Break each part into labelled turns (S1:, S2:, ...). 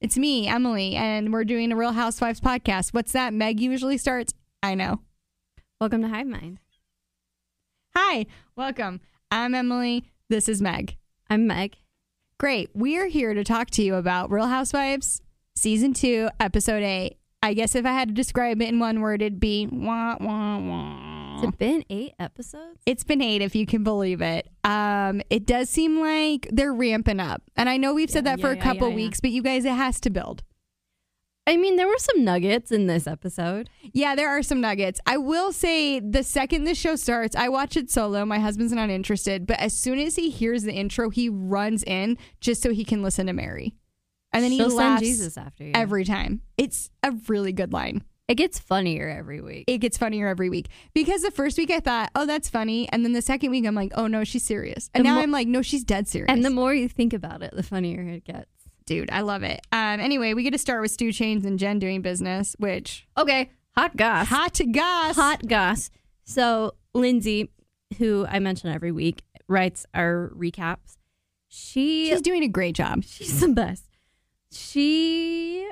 S1: it's me, Emily, and we're doing a Real Housewives podcast. What's that? Meg usually starts. I know.
S2: Welcome to Hive Mind.
S1: Hi, welcome. I'm Emily. This is Meg.
S2: I'm Meg.
S1: Great. We are here to talk to you about Real Housewives season two, episode eight. I guess if I had to describe it in one word, it'd be wah wah wah.
S2: Has it been eight episodes?
S1: It's been eight, if you can believe it. Um, it does seem like they're ramping up, and I know we've said
S2: Yeah,
S1: that for
S2: yeah,
S1: a
S2: yeah,
S1: couple
S2: yeah, yeah.
S1: weeks, but you guys, it has to build.
S2: I mean, there were some nuggets in this episode.
S1: Yeah, there are some nuggets. I will say the second this show starts, I watch it solo. My husband's not interested, but as soon as he hears the intro, he runs in just so he can listen to Mary. And then
S2: She'll
S1: he
S2: send
S1: laughs
S2: Jesus after you.
S1: every time. It's a really good line.
S2: it gets funnier every week.
S1: It gets funnier every week. Because the first week I thought, "Oh, that's funny." And then the second week I'm like, "Oh no, she's serious." And
S2: The
S1: now
S2: mo-
S1: I'm like, "No, she's dead serious."
S2: and the more you think about it, the funnier it gets.
S1: dude, I love it. Um anyway, we get to start with Stu Chains and Jen doing business, which
S2: Okay, hot goss.
S1: hot goss.
S2: hot goss. So Lindsay, who I mention every week, writes our recaps. She
S1: She's doing a great job.
S2: She's the best. She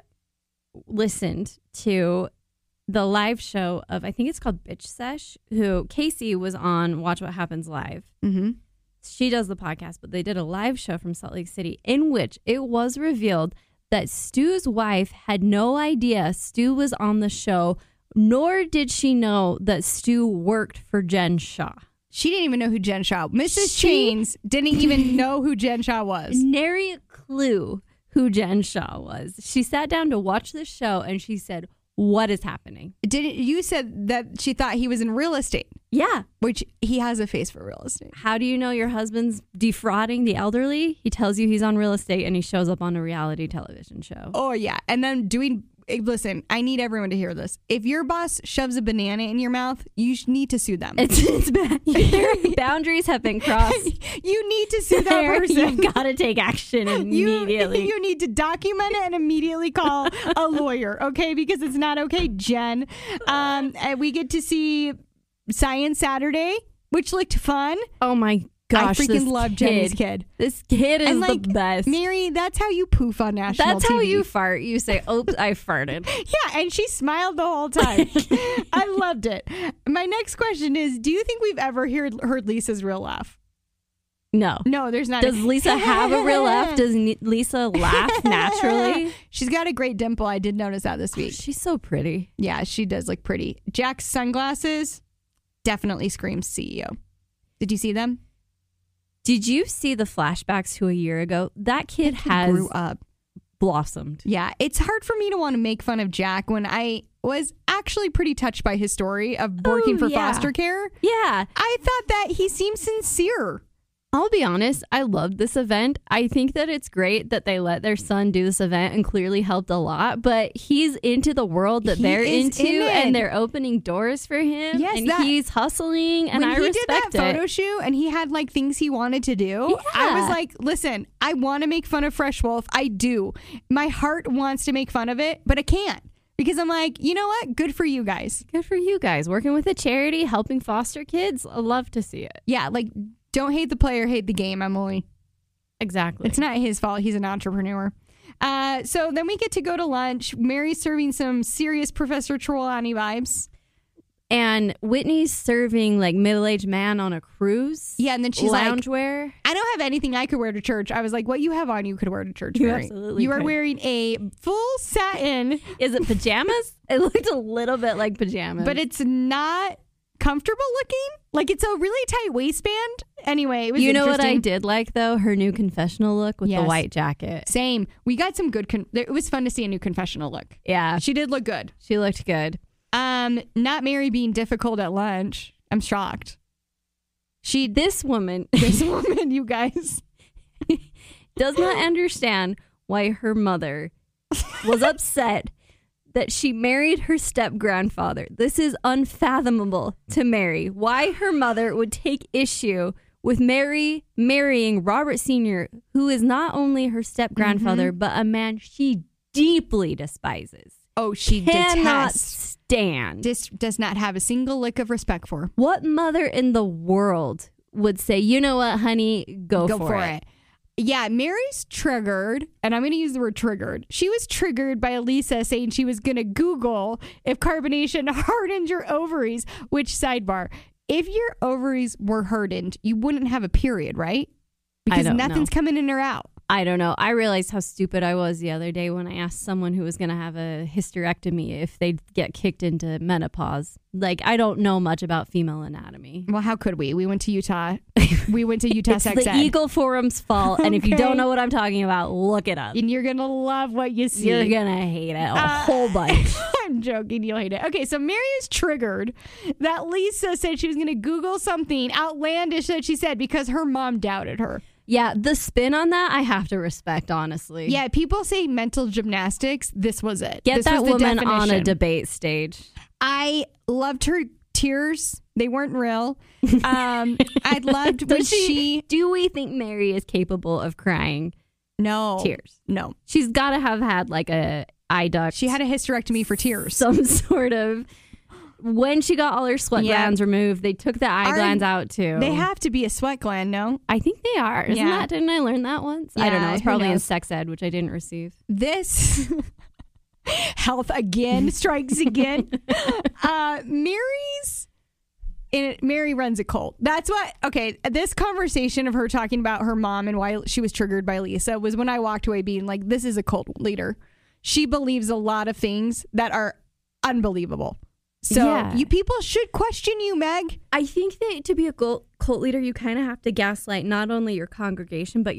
S2: listened to the live show of I think it's called Bitch Sesh, who Casey was on Watch What Happens Live.
S1: Mhm.
S2: She does the podcast, but they did a live show from Salt Lake City in which it was revealed that Stu's wife had no idea Stu was on the show, nor did she know that Stu worked for Jen Shaw.
S1: She didn't even know who Jen Shaw. Mrs.
S2: She-
S1: Chains didn't even know who Jen Shaw was.
S2: nary a clue who Jen Shaw was. She sat down to watch the show and she said, What is happening?
S1: Didn't you said that she thought he was in real estate,
S2: Yeah.
S1: which he has a face for real estate.
S2: How do you know your husband's defrauding the elderly? He tells you he's on real estate and he shows up on a reality television show.
S1: Oh yeah, and then doing. eh, Listen, I need everyone to hear this. If your boss shoves a banana in your mouth, you sh- need to sue them.
S2: It's, it's bad. Their boundaries have been crossed.
S1: you need to sue that
S2: There,
S1: person.
S2: You've got to take action
S1: You-
S2: immediately.
S1: You, need to document it and immediately call a lawyer, okay? Because it's not okay, Jen. Um, and we get to see Science Saturday, which looked fun.
S2: oh my gosh.
S1: I
S2: this
S1: freaking love Jenny's kid.
S2: This kid is
S1: And like
S2: the best.
S1: Mary, that's how you poof on national
S2: That's how
S1: TV.
S2: you fart. You say, Oops, I farted.
S1: Yeah, and she smiled the whole time. I loved it. My next question is, do you think we've ever heard, heard Lisa's real laugh?
S2: No.
S1: No, there's not.
S2: Does Lisa have a real laugh? Does Ni- Lisa laugh naturally?
S1: She's got a great dimple. I did notice that this week.
S2: She's so pretty.
S1: Yeah, she does look pretty. Jack's sunglasses definitely screams CEO. Did you see them?
S2: Did you see the flashbacks to a year ago? That kid
S1: He
S2: has
S1: grew up.
S2: blossomed.
S1: Yeah, it's hard for me to want to make fun of Jack when I was actually pretty touched by his story of working
S2: Oh,
S1: for
S2: yeah.
S1: foster care.
S2: Yeah.
S1: I thought that he seemed sincere.
S2: I'll be honest, I loved this event. I think that it's great that they let their son do this event and clearly helped a lot, but he's into the world that
S1: He
S2: they're
S1: is
S2: into
S1: in it.
S2: and they're opening doors for him
S1: Yes,
S2: and
S1: that-
S2: he's hustling and
S1: when
S2: I
S1: he
S2: respect
S1: did that photo
S2: it.
S1: shoot and he had like things he wanted to do, I was
S2: Yeah.
S1: like, listen, I want to make fun of Fresh Wolf. I do. My heart wants to make fun of it, but I can't because I'm like, you know what? Good for you guys.
S2: Good for you guys. Working with a charity, helping foster kids. I love to see it.
S1: Yeah, like don't hate the player, hate the game, Emily.
S2: Exactly.
S1: It's not his fault. He's an entrepreneur. Uh, so then we get to go to lunch. Mary's serving some serious Professor Trelawney vibes.
S2: and Whitney's serving like middle aged man on a cruise.
S1: Yeah, and then she's like,
S2: loungewear.
S1: I don't have anything I could wear to church. I was like, what you have on, you could wear to church.
S2: You
S1: Mary.
S2: absolutely
S1: You are
S2: could.
S1: wearing a full satin,
S2: Is it pajamas? it looked a little bit like pajamas,
S1: but it's not comfortable looking. Like it's a really tight waistband. Anyway, it was
S2: you know what I
S1: interesting.
S2: did like though? Her new confessional look with
S1: Yes.
S2: the white jacket.
S1: Same. We got some good. Con- it was fun to see a new confessional look.
S2: Yeah,
S1: She did look good.
S2: she looked good.
S1: Um, not Mary being difficult at lunch. I'm shocked.
S2: She this woman
S1: This woman, you guys.
S2: does not understand why her mother was upset that she married her step grandfather. This is unfathomable to Mary. Why her mother would take issue with Mary marrying Robert Sr., who is not only her step grandfather,
S1: Mm-hmm.
S2: but a man she deeply despises,
S1: Oh, she
S2: cannot
S1: detests.
S2: stand.
S1: Dis- does not have a single lick of respect for.
S2: What mother in the world would say, you know what, honey, go,
S1: Go for, it. yeah, Mary's triggered, and I'm going to use the word triggered. She was triggered by Elisa saying she was going to Google if carbonation hardened your ovaries, which sidebar, if your ovaries were hardened, you wouldn't have a period, right?
S2: I
S1: Because
S2: don't
S1: nothing's coming in or out.
S2: I don't know. I realized how stupid I was the other day when I asked someone who was going to have a hysterectomy if they'd get kicked into menopause. Like, I don't know much about female anatomy.
S1: Well, how could we? We went to Utah. We went to Utah
S2: It's
S1: Sex
S2: the
S1: Ed.
S2: Eagle Forum's fault. And if you
S1: Okay.
S2: don't know what I'm talking about, look it up.
S1: and you're going to love what you see.
S2: You're going to hate it a
S1: Uh,
S2: whole bunch.
S1: I'm joking. You'll hate it. Okay, so Mary is triggered that Lisa said she was going to Google something outlandish that she said because her mom doubted her.
S2: yeah, the spin on that I have to respect, honestly.
S1: Yeah, people say mental gymnastics. This was it.
S2: Get
S1: This
S2: that
S1: was the
S2: woman on a
S1: definition.
S2: debate stage.
S1: I loved her tears. They weren't real. Um, I loved when
S2: Does
S1: she,
S2: do we think Mary is capable of crying
S1: no
S2: tears?
S1: No,
S2: She's got to have had like a eye duct.
S1: she had a hysterectomy for tears.
S2: some sort of when she got all her sweat
S1: Yeah.
S2: glands removed, they took the eye
S1: Aren't-
S2: glands out too.
S1: They have to be a sweat gland. No,
S2: I think they are. Isn't
S1: Yeah.
S2: that didn't I learn that once? I don't
S1: Yeah,
S2: know. It's
S1: who
S2: probably in
S1: knows?
S2: sex ed, which I didn't receive.
S1: this health again strikes again. uh, Mary's in Mary runs a cult. That's what. Okay, this conversation of her talking about her mom and why she was triggered by Lisa was when I walked away being like, "This is a cult leader. She believes a lot of things that are unbelievable." So
S2: Yeah.
S1: you people should question you, Meg.
S2: I think that to be a cult, cult leader, you kind of have to gaslight not only your congregation but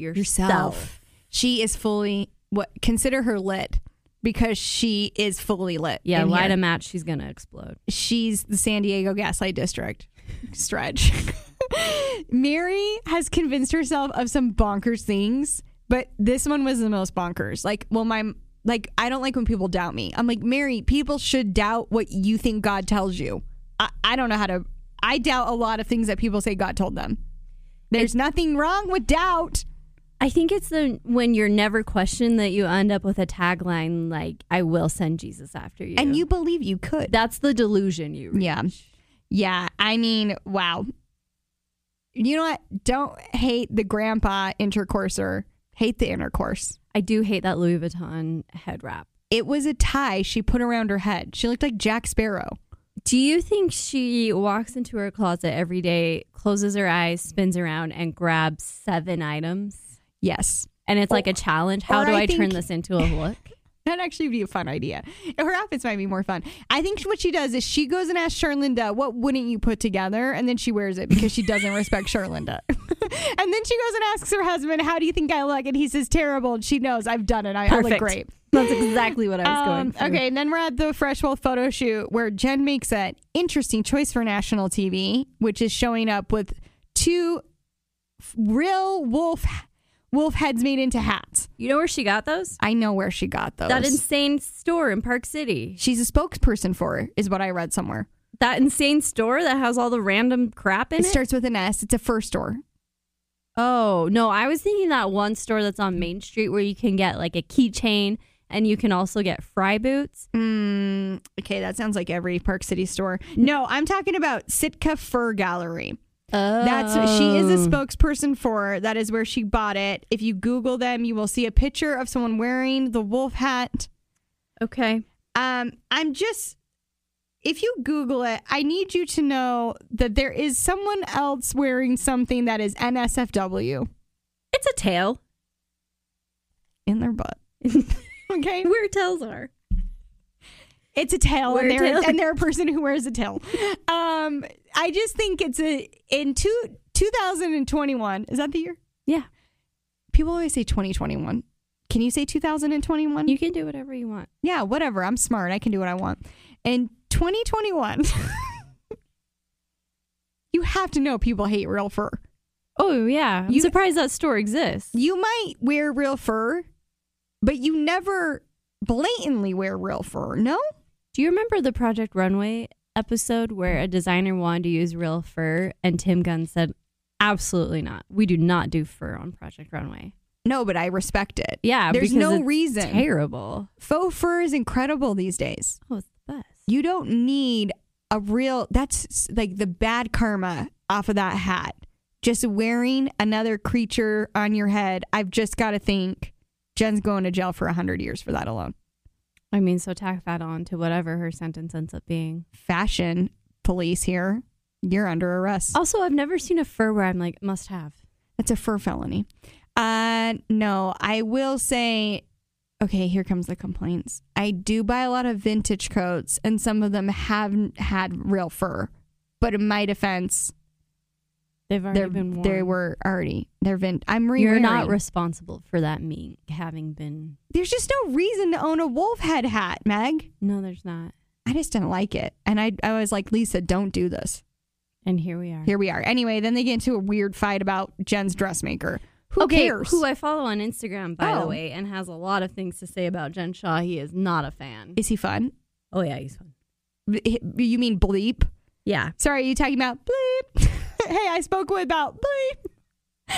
S1: She is fully what consider her lit because she is fully lit.
S2: Yeah,
S1: in
S2: light
S1: here.
S2: a match, she's gonna explode.
S1: she's the San Diego Gaslight District stretch. Mary has convinced herself of some bonkers things, but this one was the most bonkers. Like, well, my like I don't like when people doubt me. I'm like, Mary, people should doubt what you think God tells you. I, I don't know how to I doubt a lot of things that people say God told them. There's nothing wrong with doubt.
S2: I think it's the when you're never questioned that you end up with a tagline like "I will send Jesus after you,"
S1: And you believe you could.
S2: that's the delusion you. Reach.
S1: Yeah. Yeah. I mean, wow. You know what? Don't hate the grandpa intercourser, hate the intercourse.
S2: I do hate that Louis Vuitton head wrap.
S1: It was a tie she put around her head. She looked like Jack Sparrow.
S2: Do you think she walks into her closet every day, closes her eyes, spins around, and grabs seven items?
S1: Yes.
S2: And it's like a challenge. How
S1: or
S2: do
S1: I
S2: I, turn
S1: think-
S2: this into a look?
S1: That'd actually be a fun idea. Her outfits might be more fun. I think what she does is she goes and asks Charlinda, what wouldn't you put together? And then she wears it because she doesn't respect Charlinda. and then she goes and asks her husband, how do you think I look? And he says, terrible. And she knows, I've done it. I, I look
S2: Perfect.
S1: great.
S2: That's exactly what I
S1: Um,
S2: was going for.
S1: Okay, and then we're at the Fresh Wolf photo shoot where Jen makes an interesting choice for national TV, which is showing up with two f- real wolf wolf heads made into hats.
S2: You know where she got those?
S1: I know where she got those.
S2: That insane store in Park City.
S1: She's a spokesperson for it, is what I read somewhere.
S2: That insane store that has all the random crap in
S1: It
S2: it.
S1: starts with an S. It's a first store.
S2: oh, no. I was thinking that one store that's on Main Street where you can get like a keychain and you can also get fry boots.
S1: Mm, okay, that sounds like every Park City store. No, I'm talking about Sitka Fur Gallery.
S2: Oh.
S1: That's what she is a spokesperson for. That is where she bought it. If you Google them, you will see a picture of someone wearing the wolf hat.
S2: Okay.
S1: Um, I'm just, if you Google it, I need you to know that there is someone else wearing something that is NSFW
S2: It's a tail.
S1: in their butt. okay,
S2: Where tails are.
S1: it's a tail, and
S2: Wear a
S1: they're,
S2: tail.
S1: and they're a person who wears a tail. Um, I just think it's a in two 2021. Is that the year?
S2: Yeah.
S1: people always say 2021. Can you say 2021?
S2: You can do whatever you want.
S1: yeah, whatever. I'm smart. I can do what I want. In 2021, you have to know people hate real fur.
S2: Oh yeah, I'm
S1: You-
S2: surprised that store exists.
S1: You might wear real fur, but you never blatantly wear real fur. No?
S2: Do you remember the Project Runway episode where a designer wanted to use real fur and Tim Gunn said, "Absolutely not. We do not do fur on Project Runway."
S1: No, but I respect it.
S2: Yeah,
S1: There's
S2: because
S1: no
S2: it's
S1: reason.
S2: Terrible.
S1: Faux fur is incredible these days.
S2: Oh, it's the best.
S1: You don't need a real, that's like the bad karma off of that hat. just wearing another creature on your head, I've just got to think Jen's going to jail for 100 years for that alone.
S2: I mean, so tack that on to whatever her sentence ends up being.
S1: Fashion police here, you're under arrest.
S2: Also, I've never seen a fur where I'm like, must have.
S1: That's a fur felony. Uh, no, I will say, okay, here comes the complaints. I do buy a lot of vintage coats, and some of them have had real fur. But in my defense,
S2: They've already
S1: they're,
S2: been worn.
S1: they were already they're vin. I'm re.
S2: You're not responsible for that mink having been.
S1: There's just no reason to own a wolf head hat, Meg.
S2: No, there's not.
S1: I just didn't like it, and I I was like, Lisa, don't do this.
S2: And here we are.
S1: Here we are. Anyway, then they get into a weird fight about Jen's dressmaker. Who
S2: okay,
S1: cares?
S2: who I follow on Instagram, by the
S1: Oh.
S2: way, and has a lot of things to say about Jen Shaw. He is not a fan.
S1: Is he fun?
S2: oh yeah, he's fun.
S1: You mean bleep?
S2: Yeah,
S1: Sorry, are you talking about bleep? hey, I spoke with about bleep.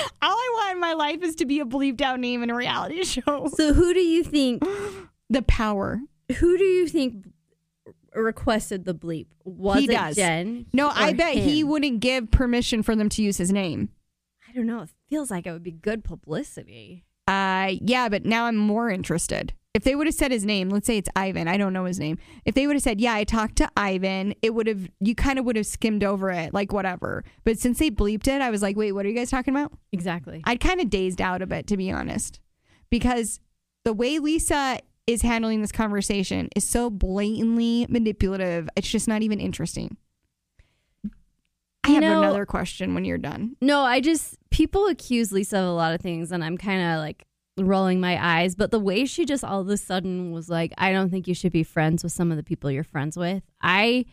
S1: All I want in my life is to be a bleeped out name in a reality show.
S2: So who do you think
S1: The power.
S2: who do you think requested the bleep? Was
S1: He
S2: it
S1: does.
S2: Jen?
S1: No,
S2: or
S1: I bet he
S2: him?
S1: wouldn't give permission for them to use his name.
S2: I don't know. It feels like it would be good publicity.
S1: Uh, yeah, but now I'm more interested. If they would have said his name, let's say it's Ivan. I don't know his name. If they would have said, "Yeah, I talked to Ivan," it would have you kind of would have skimmed over it, like whatever. But since they bleeped it, I was like, "Wait, what are you guys talking about?"
S2: Exactly.
S1: I'd kind of dazed out a bit, to be honest, because the way Lisa is handling this conversation is so blatantly manipulative. It's just not even interesting. I
S2: You
S1: have
S2: know-
S1: another question when you're done.
S2: no, I just people accuse Lisa of a lot of things and I'm kind of like rolling my eyes, but the way she just all of a sudden was like, I don't think you should be friends with some of the people you're friends with. I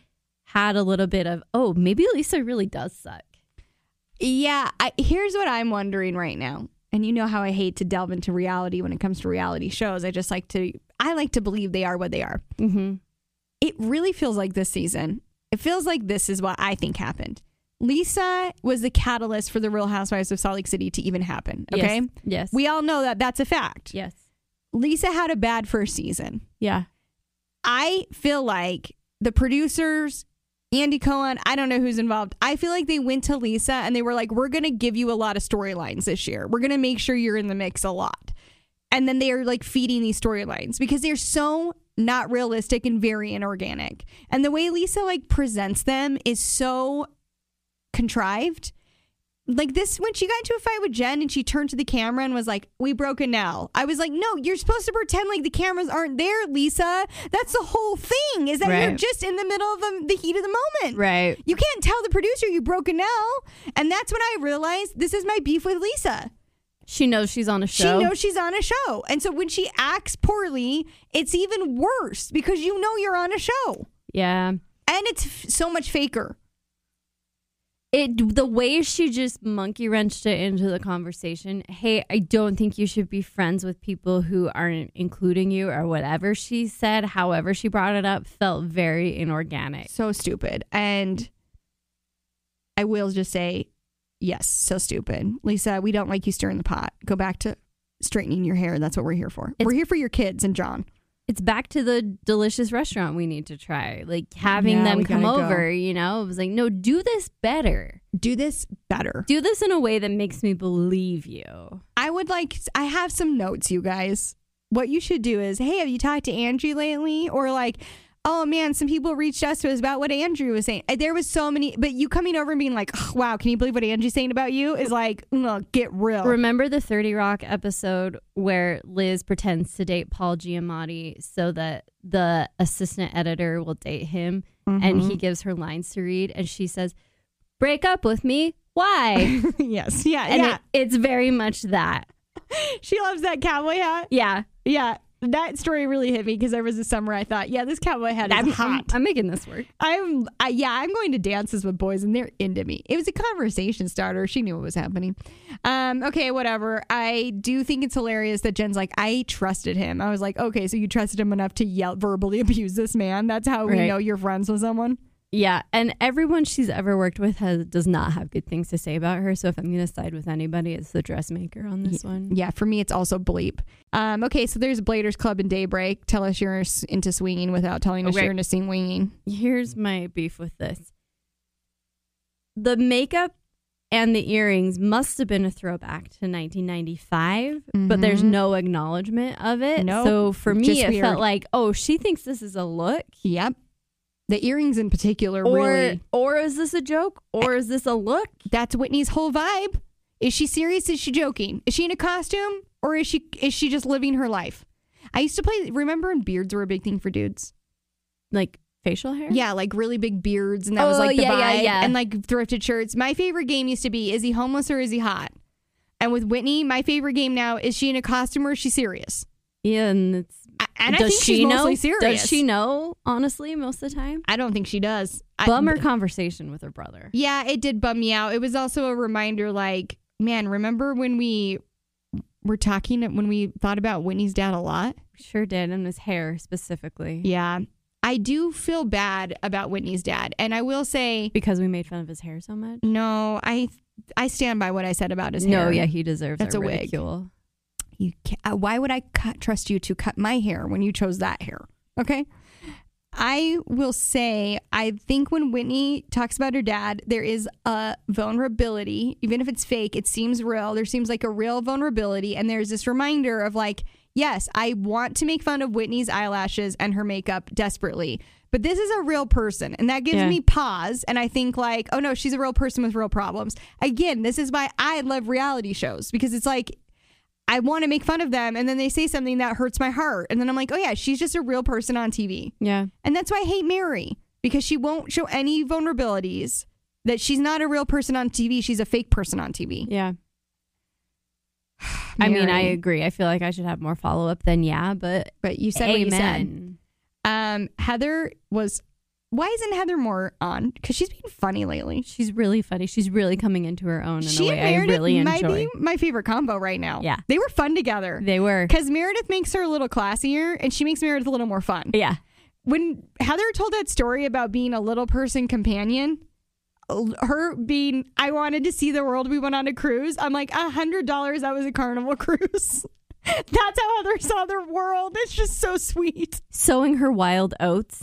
S2: had a little bit of, oh, maybe Lisa really does suck.
S1: Yeah, I, here's what I'm wondering right now. And you know how I hate to delve into reality when it comes to reality shows. I just like to I like to believe they are what they are.
S2: Mm-hmm.
S1: It really feels like this season. It feels like this is what I think happened. Lisa was the catalyst for the Real Housewives of Salt Lake City to even happen. Okay.
S2: Yes. Yes.
S1: We all know that that's a fact.
S2: yes.
S1: Lisa had a bad first season.
S2: Yeah.
S1: I feel like the producers, Andy Cohen, I don't know who's involved. I feel like they went to Lisa and they were like, we're going to give you a lot of storylines this year. We're going to make sure you're in the mix a lot. And then they are like feeding these storylines because they're so not realistic and very inorganic. And the way Lisa like presents them is so contrived. Like this, when she got into a fight with Jen and she turned to the camera and was like, We broke a now. I was like, No, you're supposed to pretend like the cameras aren't there, Lisa. That's the whole thing is that you're
S2: Right.
S1: just in the middle of um, the heat of the moment.
S2: Right.
S1: You can't tell the producer you broke a now. And that's when I realized this is my beef with Lisa.
S2: She knows she's on a
S1: She
S2: show.
S1: knows she's on a show. And so when she acts poorly, it's even worse because you know you're on a show.
S2: Yeah.
S1: And it's f- so much faker.
S2: It the way she just monkey wrenched it into the conversation. Hey, I don't think you should be friends with people who aren't including you or whatever she said. However, she brought it up felt very inorganic.
S1: So stupid. And I will just say, yes, so stupid. Lisa, we don't like you stirring the pot. Go back to straightening your hair. That's what we're here for.
S2: It's-
S1: we're here for your kids and John.
S2: It's back to the delicious restaurant we need to try. Like having
S1: Yeah,
S2: them
S1: we
S2: come
S1: gotta go.
S2: over, you know. It was like, no, do this better.
S1: Do this better.
S2: Do this in a way that makes me believe you.
S1: I would like, I have some notes, you guys. What you should do is, hey, have you talked to Angie lately? Or like, oh man, some people reached out to us about what Andrew was saying. Uh, There was so many, but you coming over and being like, "Ugh, wow, can you believe what Angie's saying about you? Is like, no, get real.
S2: Remember the 30 Rock episode where Liz pretends to date Paul Giamatti so that the assistant editor will date him and
S1: Mm-hmm.
S2: he gives her lines to read and she says, Break up with me? Why?
S1: yes, yeah,
S2: And
S1: yeah.
S2: it- it's very much that.
S1: she loves that cowboy hat.
S2: Yeah.
S1: Yeah, that story really hit me because there was a summer I thought, yeah, this cowboy hat is
S2: I'm, I'm,
S1: hot.
S2: I'm making this work.
S1: I'm, I, yeah, I'm going to dances with boys, and they're into me. It was a conversation starter. She knew what was happening. Um, okay, whatever. I do think it's hilarious that Jen's like, I trusted him. I was like, okay, so you trusted him enough to yell, verbally abuse this man. That's how we
S2: Right.
S1: know you're friends with someone.
S2: Yeah. And everyone she's ever worked with has does not have good things to say about her. So if I'm going to side with anybody, it's the dressmaker on this one.
S1: Yeah, for me, it's also bleep. Um, okay, so there's Bladers Club and Daybreak. Tell us you're s- into swinging without telling us
S2: Okay.
S1: you're into swinging.
S2: Here's my beef with this the makeup and the earrings must have been a throwback to 1995, but there's no acknowledgement of it.
S1: No,
S2: so for me,
S1: Mm-hmm. just
S2: it
S1: weird.
S2: felt like, oh, she thinks this is a look,
S1: Yep. The earrings in particular,
S2: or
S1: really.
S2: or is this a joke, or is this a look?
S1: That's Whitney's whole vibe. Is she serious? Is she joking? Is she in a costume? Or is she is she just living her life? I used to play remember when beards were a big thing for dudes.
S2: Like facial hair?
S1: Yeah, like really big beards and that was
S2: Oh,
S1: like the
S2: yeah,
S1: vibe.
S2: yeah, yeah.
S1: And like thrifted shirts. My favorite game used to be is he homeless or is he hot? And with Whitney, my favorite game now is she in a costume or is she serious?
S2: yeah, and it's.
S1: I- And I
S2: does
S1: think
S2: she
S1: she's
S2: know?
S1: mostly serious.
S2: Does she know? Honestly, most of the time,
S1: I don't think she does. I-
S2: bummer conversation with her brother.
S1: Yeah, it did bum me out. It was also a reminder like, man, remember when we were talking when we thought about Whitney's dad a lot?
S2: Sure did, and his hair specifically
S1: Yeah. I do feel bad about Whitney's dad. And I will say,
S2: because we made fun of his hair so much.
S1: no, I I stand by what I said about his
S2: No,
S1: hair.
S2: yeah, he deserves
S1: That's
S2: our
S1: a wig.
S2: ridicule.
S1: You ca uh, why would I cut, trust you to cut my hair when you chose that hair? Okay. I will say, I think when Whitney talks about her dad, there is a vulnerability. Even if it's fake, it seems real. There seems like a real vulnerability. And there's this reminder of like, yes, I want to make fun of Whitney's eyelashes and her makeup desperately, but this is a real person. And that gives
S2: Yeah.
S1: me pause. And I think, like, oh no, she's a real person with real problems. Again, this is why I love reality shows because it's like, I want to make fun of them. And then they say something that hurts my heart. And then I'm like, oh, yeah, she's just a real person on TV.
S2: Yeah.
S1: And that's why I hate Mary because she won't show any vulnerabilities that she's not a real person on TV. She's a fake person on TV.
S2: Yeah. I mean, I
S1: Mary.
S2: agree. I feel like I should have more follow up than yeah, but
S1: But you said what you said.
S2: amen.
S1: Um, Heather was, why isn't Heather more on? Because she's been funny lately.
S2: She's really funny. She's really coming into her own in
S1: she
S2: a
S1: and
S2: way I
S1: Meredith
S2: really
S1: might
S2: enjoy.
S1: be my favorite combo right now.
S2: Yeah.
S1: They were fun together.
S2: They were.
S1: Because Meredith makes her a little classier and she makes Meredith a little more fun.
S2: Yeah.
S1: when Heather told that story about being a little person companion, her being, I wanted to see the world. We went on a cruise. I'm like, a hundred dollars. That was a Carnival cruise. That's how Heather saw the world. It's just so sweet. Ah,
S2: Sowing her wild oats.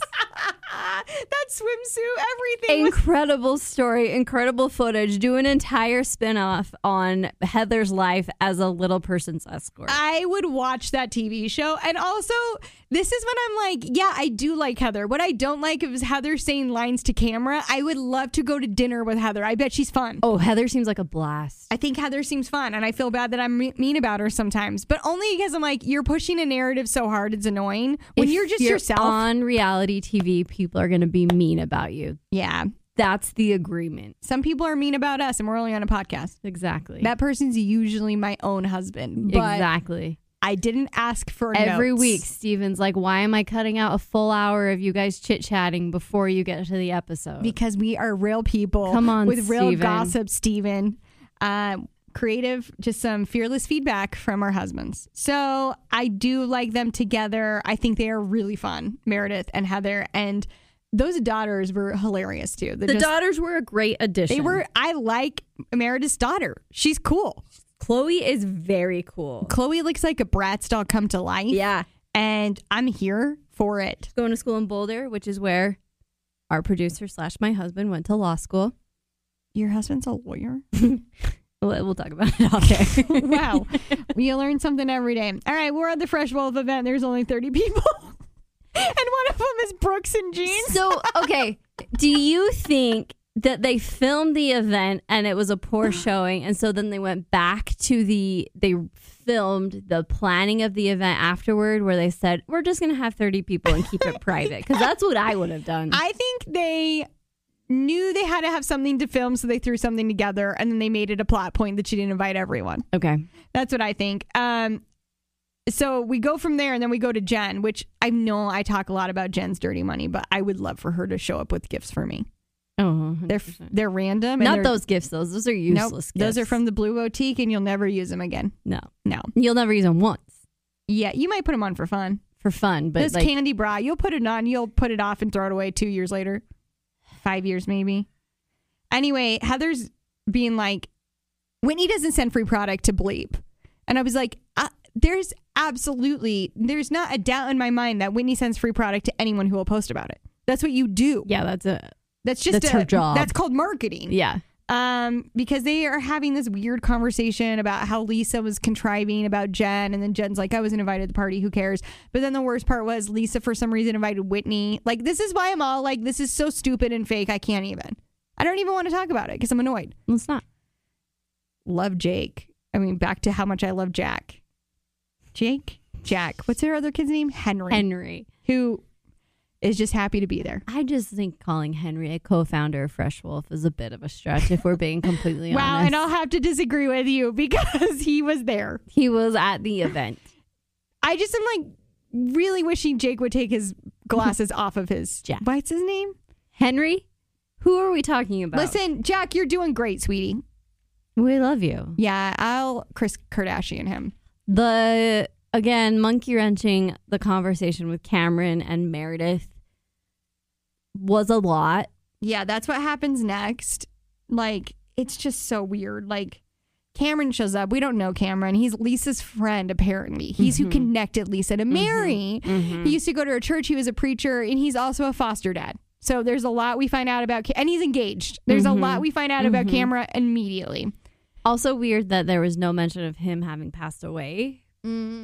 S1: that swimsuit, everything. was-
S2: incredible story, incredible footage. Do an entire spin off on Heather's life as a little person's escort.
S1: I would watch that TV show. And also, this is when I'm like, yeah, I do like Heather. What I don't like is Heather saying lines to camera. I would love to go to dinner with Heather. I bet she's fun.
S2: oh, Heather seems like a blast.
S1: I think Heather seems fun, and I feel bad that I'm re- mean about her sometimes, but only because I'm like, you're pushing a narrative so hard, it's annoying. When
S2: If
S1: you're just yourself,
S2: on reality TV, people are going to be mean about you.
S1: yeah.
S2: That's the agreement.
S1: Some people are mean about us, and we're only on a podcast.
S2: Exactly.
S1: That person's usually my own husband, but
S2: exactly.
S1: I didn't ask for
S2: Every
S1: notes.
S2: week, Steven's like, why am I cutting out a full hour of you guys chit chatting before you get to the episode?
S1: because we are real people.
S2: Come on,
S1: with real
S2: Steven.
S1: gossip, Steven. Uh, creative, just some fearless feedback from our husbands. So I do like them together. I think they are really fun, Meredith and Heather, and those daughters were hilarious too. They're
S2: the
S1: just-
S2: daughters were a great addition.
S1: they were. I like Meredith's daughter. She's cool.
S2: Chloe is very cool.
S1: Chloe looks like a Bratz doll come to life.
S2: Yeah.
S1: and I'm here for it.
S2: Going to school in Boulder, which is where our producer slash my husband went to law school.
S1: Your husband's a lawyer.
S2: We'll we'll talk about it all day.
S1: wow. You learn something every day. All right, we're at the Fresh Wolf event. There's only 30 people. and one of them is Brooks and Jeans.
S2: so, okay. Do you think that they filmed the event and it was a poor showing? And so then they went back to the, they filmed the planning of the event afterward where they said, we're just going to have 30 people and keep it private. Because that's what I would have done.
S1: I think they knew they had to have something to film, so they threw something together and then they made it a plot point that she didn't invite everyone.
S2: okay.
S1: That's what I think. Um, so we go from there and then we go to Jen, which I know I talk a lot about Jen's dirty money, but I would love for her to show up with gifts for me.
S2: Oh,
S1: They're they're random. and
S2: not
S1: they're-
S2: those gifts, those. Those are
S1: Nope,
S2: useless gifts.
S1: those are from the Blue Boutique, and you'll never use them again.
S2: No.
S1: No.
S2: You'll never use them once
S1: Yeah, you might put them on for fun.
S2: for fun, but
S1: this
S2: like,
S1: candy bra, you'll put it on, you'll put it off and throw it away two years later, five years maybe. Anyway, Heather's being like, Whitney doesn't send free product to Bleep, and I was like, uh, there's absolutely there's not a doubt in my mind that Whitney sends free product to anyone who will post about it. That's what you do.
S2: yeah, that's a
S1: That's just
S2: That's
S1: a,
S2: her job.
S1: That's called marketing.
S2: yeah.
S1: um, because they are having this weird conversation about how Lisa was contriving about Jen, and then Jen's like, "I wasn't invited to the party. Who cares?" But then the worst part was Lisa, for some reason, invited Whitney. Like, this is why I'm all like, "This is so stupid and fake. I can't even. I don't even want to talk about it because I'm annoyed."
S2: Well, it's not.
S1: Love Jake. I mean, back to how much I love Jack. Jake, Jack. What's their other kid's name? Henry,
S2: Henry.
S1: who is just happy to be there.
S2: I just think calling Henry a co-founder of Fresh Wolf is a bit of a stretch if we're being completely
S1: Wow,
S2: honest.
S1: and I'll have to disagree with you because he was there.
S2: he was at the event.
S1: I just am like really wishing Jake would take his glasses off of his.
S2: Jack.
S1: What's his name?
S2: Henry, who are we talking about?
S1: Listen, Jack, you're doing great, sweetie.
S2: we love you.
S1: Yeah, I'll Chris Kardashian him.
S2: The again, monkey wrenching the conversation with Cameron and Meredith was a lot.
S1: Yeah, that's what happens next. Like, it's just so weird. Like, Cameron shows up. We don't know Cameron. He's Lisa's friend, apparently. He's who connected Lisa to Mary. He used to go to her church. He was a preacher, and he's also a foster dad. So there's a lot we find out about, Ca- and he's engaged. There's a lot we find out about Camera immediately.
S2: Also weird that there was no mention of him having passed away.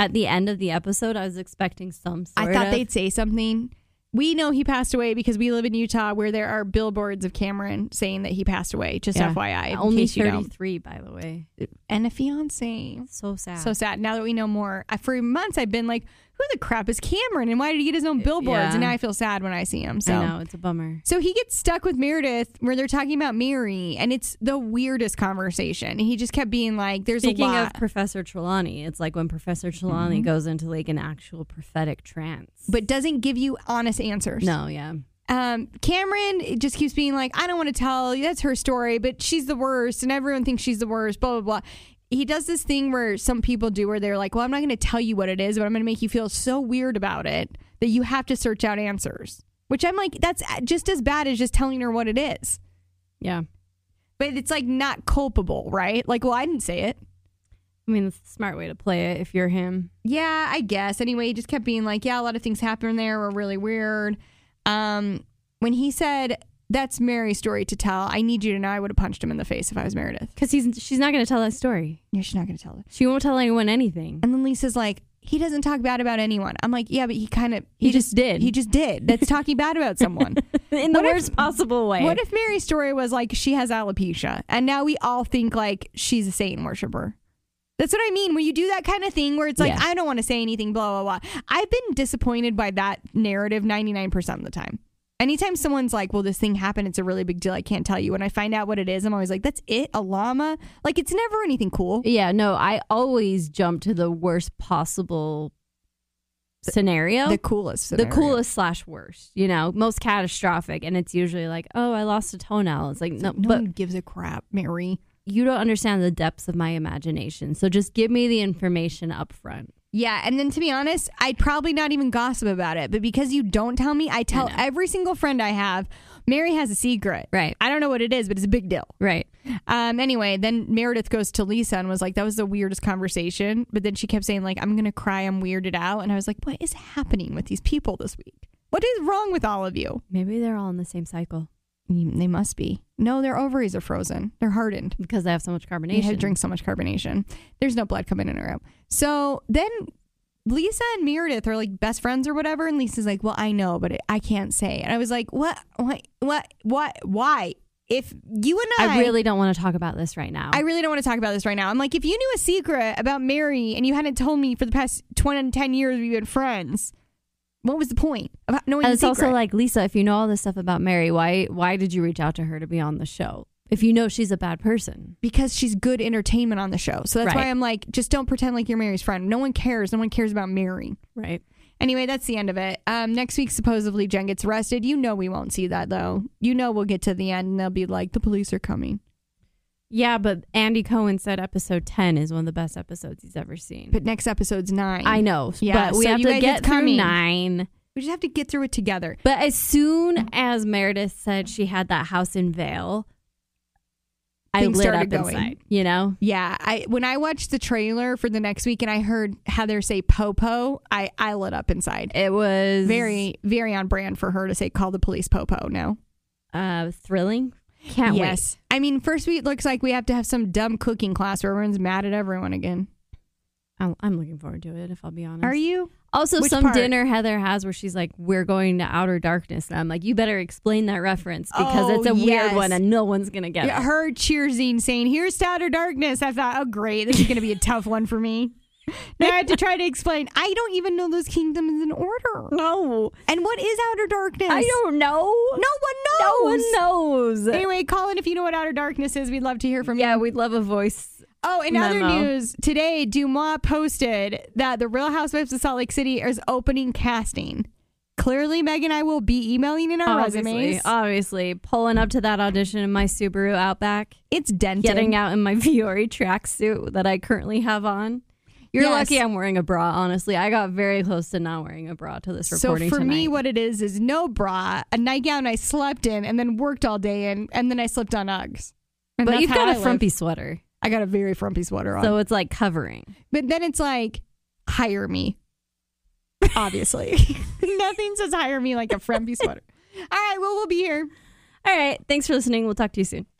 S2: At the end of the episode, I was expecting some
S1: Mm.
S2: sort
S1: I thought
S2: of
S1: they'd say something. We know he passed away because we live in Utah where there are billboards of Cameron saying that he passed away. Just
S2: Yeah.
S1: FYI. in
S2: only
S1: case you don't.
S2: 33 by the way.
S1: And a fiance.
S2: So sad.
S1: So sad. Now that we know more, I, for months I've been like, who the crap is Cameron and why did he get his own billboards?
S2: yeah.
S1: And now I feel sad when I see him. So.
S2: I know it's a bummer.
S1: So he gets stuck with Meredith where they're talking about Mary and it's the weirdest conversation. And he just kept being like, there's a
S2: Speaking
S1: lot.
S2: of Professor Trelawney, it's like when Professor Trelawney
S1: Mm-hmm.
S2: goes into like an actual prophetic trance.
S1: but doesn't give you honest answers.
S2: No, yeah.
S1: um, Cameron just keeps being like, I don't want to tell. That's her story, but she's the worst, and everyone thinks she's the worst, blah, blah, blah. He does this thing where some people do where they're like, Well, I'm not going to tell you what it is, but I'm going to make you feel so weird about it that you have to search out answers, which I'm like, that's just as bad as just telling her what it is.
S2: Yeah.
S1: But it's like not culpable, right? Like, well, I didn't say it.
S2: I mean, it's a smart way to play it if you're him.
S1: Yeah, I guess. Anyway, he just kept being like, yeah, a lot of things happened there were really weird. Um, when he said, that's Mary's story to tell, I need you to know I would have punched him in the face if I was Meredith.
S2: Because he's she's not going to tell that story.
S1: Yeah, she's not going to tell it.
S2: She won't tell anyone anything.
S1: And then Lisa's like, he doesn't talk bad about anyone. I'm like, yeah, but he kind of, he,
S2: He just did.
S1: He just did. That's talking bad about someone.
S2: In the
S1: What if-
S2: worst possible way.
S1: what if Mary's story was like, she has alopecia, and now we all think like she's a Satan worshiper? That's what I mean. When you do that kind of thing where it's like,
S2: Yeah.
S1: I don't want to say anything, blah, blah, blah. I've been disappointed by that narrative 99% of the time. Anytime someone's like, well, this thing happened, it's a really big deal. I can't tell you. When I find out what it is, I'm always like, that's it? A llama? Like, it's never anything cool.
S2: yeah, no, I always jump to the worst possible scenario.
S1: The coolest.
S2: the
S1: scenario.
S2: coolest slash worst, you know, most catastrophic. And it's usually like, oh, I lost a toenail. It's like, no,
S1: No
S2: but
S1: one gives a crap, Mary.
S2: you don't understand the depths of my imagination. So just give me the information up front.
S1: Yeah, and then to be honest, I'd probably not even gossip about it, but because you don't tell me, I tell every single friend I have, Mary has a secret.
S2: Right.
S1: I don't know what it is, but it's a big deal.
S2: Right.
S1: Um anyway, then Meredith goes to Lisa and was like, "That was the weirdest conversation." But then she kept saying like, "I'm going to cry, I'm weirded out." And I was like, "What is happening with these people this week? What is wrong with all of you?" Mm,
S2: Maybe they're all in the same cycle
S1: They must be. No, their ovaries are frozen. They're hardened.
S2: because they have so much carbonation.
S1: They had drink so much carbonation. There's no blood coming in or out. So then Lisa and Meredith are like best friends or whatever, and Lisa's like, "Well, I know, but I can't say." And I was like, "What? What? What? What? Why? If you and I,
S2: I really don't want to talk about this right now.
S1: I really don't want to talk about this right now. I'm like, if you knew a secret about Mary and you hadn't told me for the past 20 and 10 years we've been friends, what was the point of knowing
S2: and
S1: the
S2: it's
S1: secret?
S2: also like Lisa, if you know all this stuff about Mary, why why did you reach out to her to be on the show? If you know she's a bad person,
S1: because she's good entertainment on the show. So that's
S2: Right.
S1: why I'm like, just don't pretend like you're Mary's friend. No one cares. No one cares about Mary.
S2: right?
S1: Anyway, that's the end of it. Um, next week, supposedly Jen gets arrested. You know we won't see that though. You know we'll get to the end and they'll be like, the police are coming.
S2: Yeah, but Andy Cohen said episode ten is one of the best episodes he's ever seen.
S1: But next episode's nine.
S2: I know,
S1: Yeah,
S2: but we
S1: so
S2: have
S1: you guys,
S2: to
S1: it's
S2: get through
S1: coming.
S2: nine.
S1: We just have to get through it together.
S2: But as soon as Meredith said she had that house in Vale, I
S1: Things
S2: lit up
S1: started going.
S2: inside. You know,
S1: Yeah, I when I watched the trailer for the next week and I heard Heather say "popo," I I lit up inside.
S2: it was
S1: Very very on brand for her to say "call the police popo." No,
S2: uh, thrilling. Can't
S1: yes. I mean, first we it looks like we have to have some dumb cooking class where everyone's mad at everyone again.
S2: wait. I'm- I'm looking forward to it, if I'll be honest.
S1: Are you?
S2: Also,
S1: Which
S2: some
S1: part?
S2: dinner Heather has where she's like, "We're going to outer darkness," and I'm like, "You better explain that reference because
S1: Oh,
S2: it's a
S1: yes.
S2: weird one and no one's gonna get
S1: Yeah,
S2: it."
S1: her cheersing saying, Here's to outer darkness. I thought, oh great, this is gonna be a tough one for me. Now I have to try to explain. I don't even know those kingdoms in order.
S2: No,
S1: And what is outer darkness?
S2: I don't know.
S1: No
S2: no
S1: one knows.
S2: one knows.
S1: Anyway, Colin, if you know what outer darkness is, we'd love to hear from you.
S2: yeah, we'd love a voice.
S1: Oh, in other
S2: Memo.
S1: news, today Dumas posted that the Real Housewives of Salt Lake City is opening casting. Clearly, Meg and I will be emailing in our
S2: Obviously, Uh,
S1: resumes.
S2: obviously, pulling up to that audition in my Subaru Outback,
S1: it's dented.
S2: getting out in my Viore tracksuit that I currently have on. You're
S1: Yes.
S2: lucky I'm wearing a bra. Honestly, I got very close to not wearing a bra to this
S1: so for
S2: recording tonight.
S1: me, what it is is no bra, a nightgown I slept in, and then worked all day in, and then I slept on Uggs. And
S2: but
S1: that's
S2: you've
S1: how
S2: got
S1: I
S2: a
S1: live.
S2: frumpy sweater,
S1: I got a very frumpy sweater on.
S2: so it's like covering.
S1: But then it's like, hire me. Obviously, nothing says hire me like a frumpy sweater. All right, well, we'll be here.
S2: All right. Thanks for listening. We'll talk to you soon.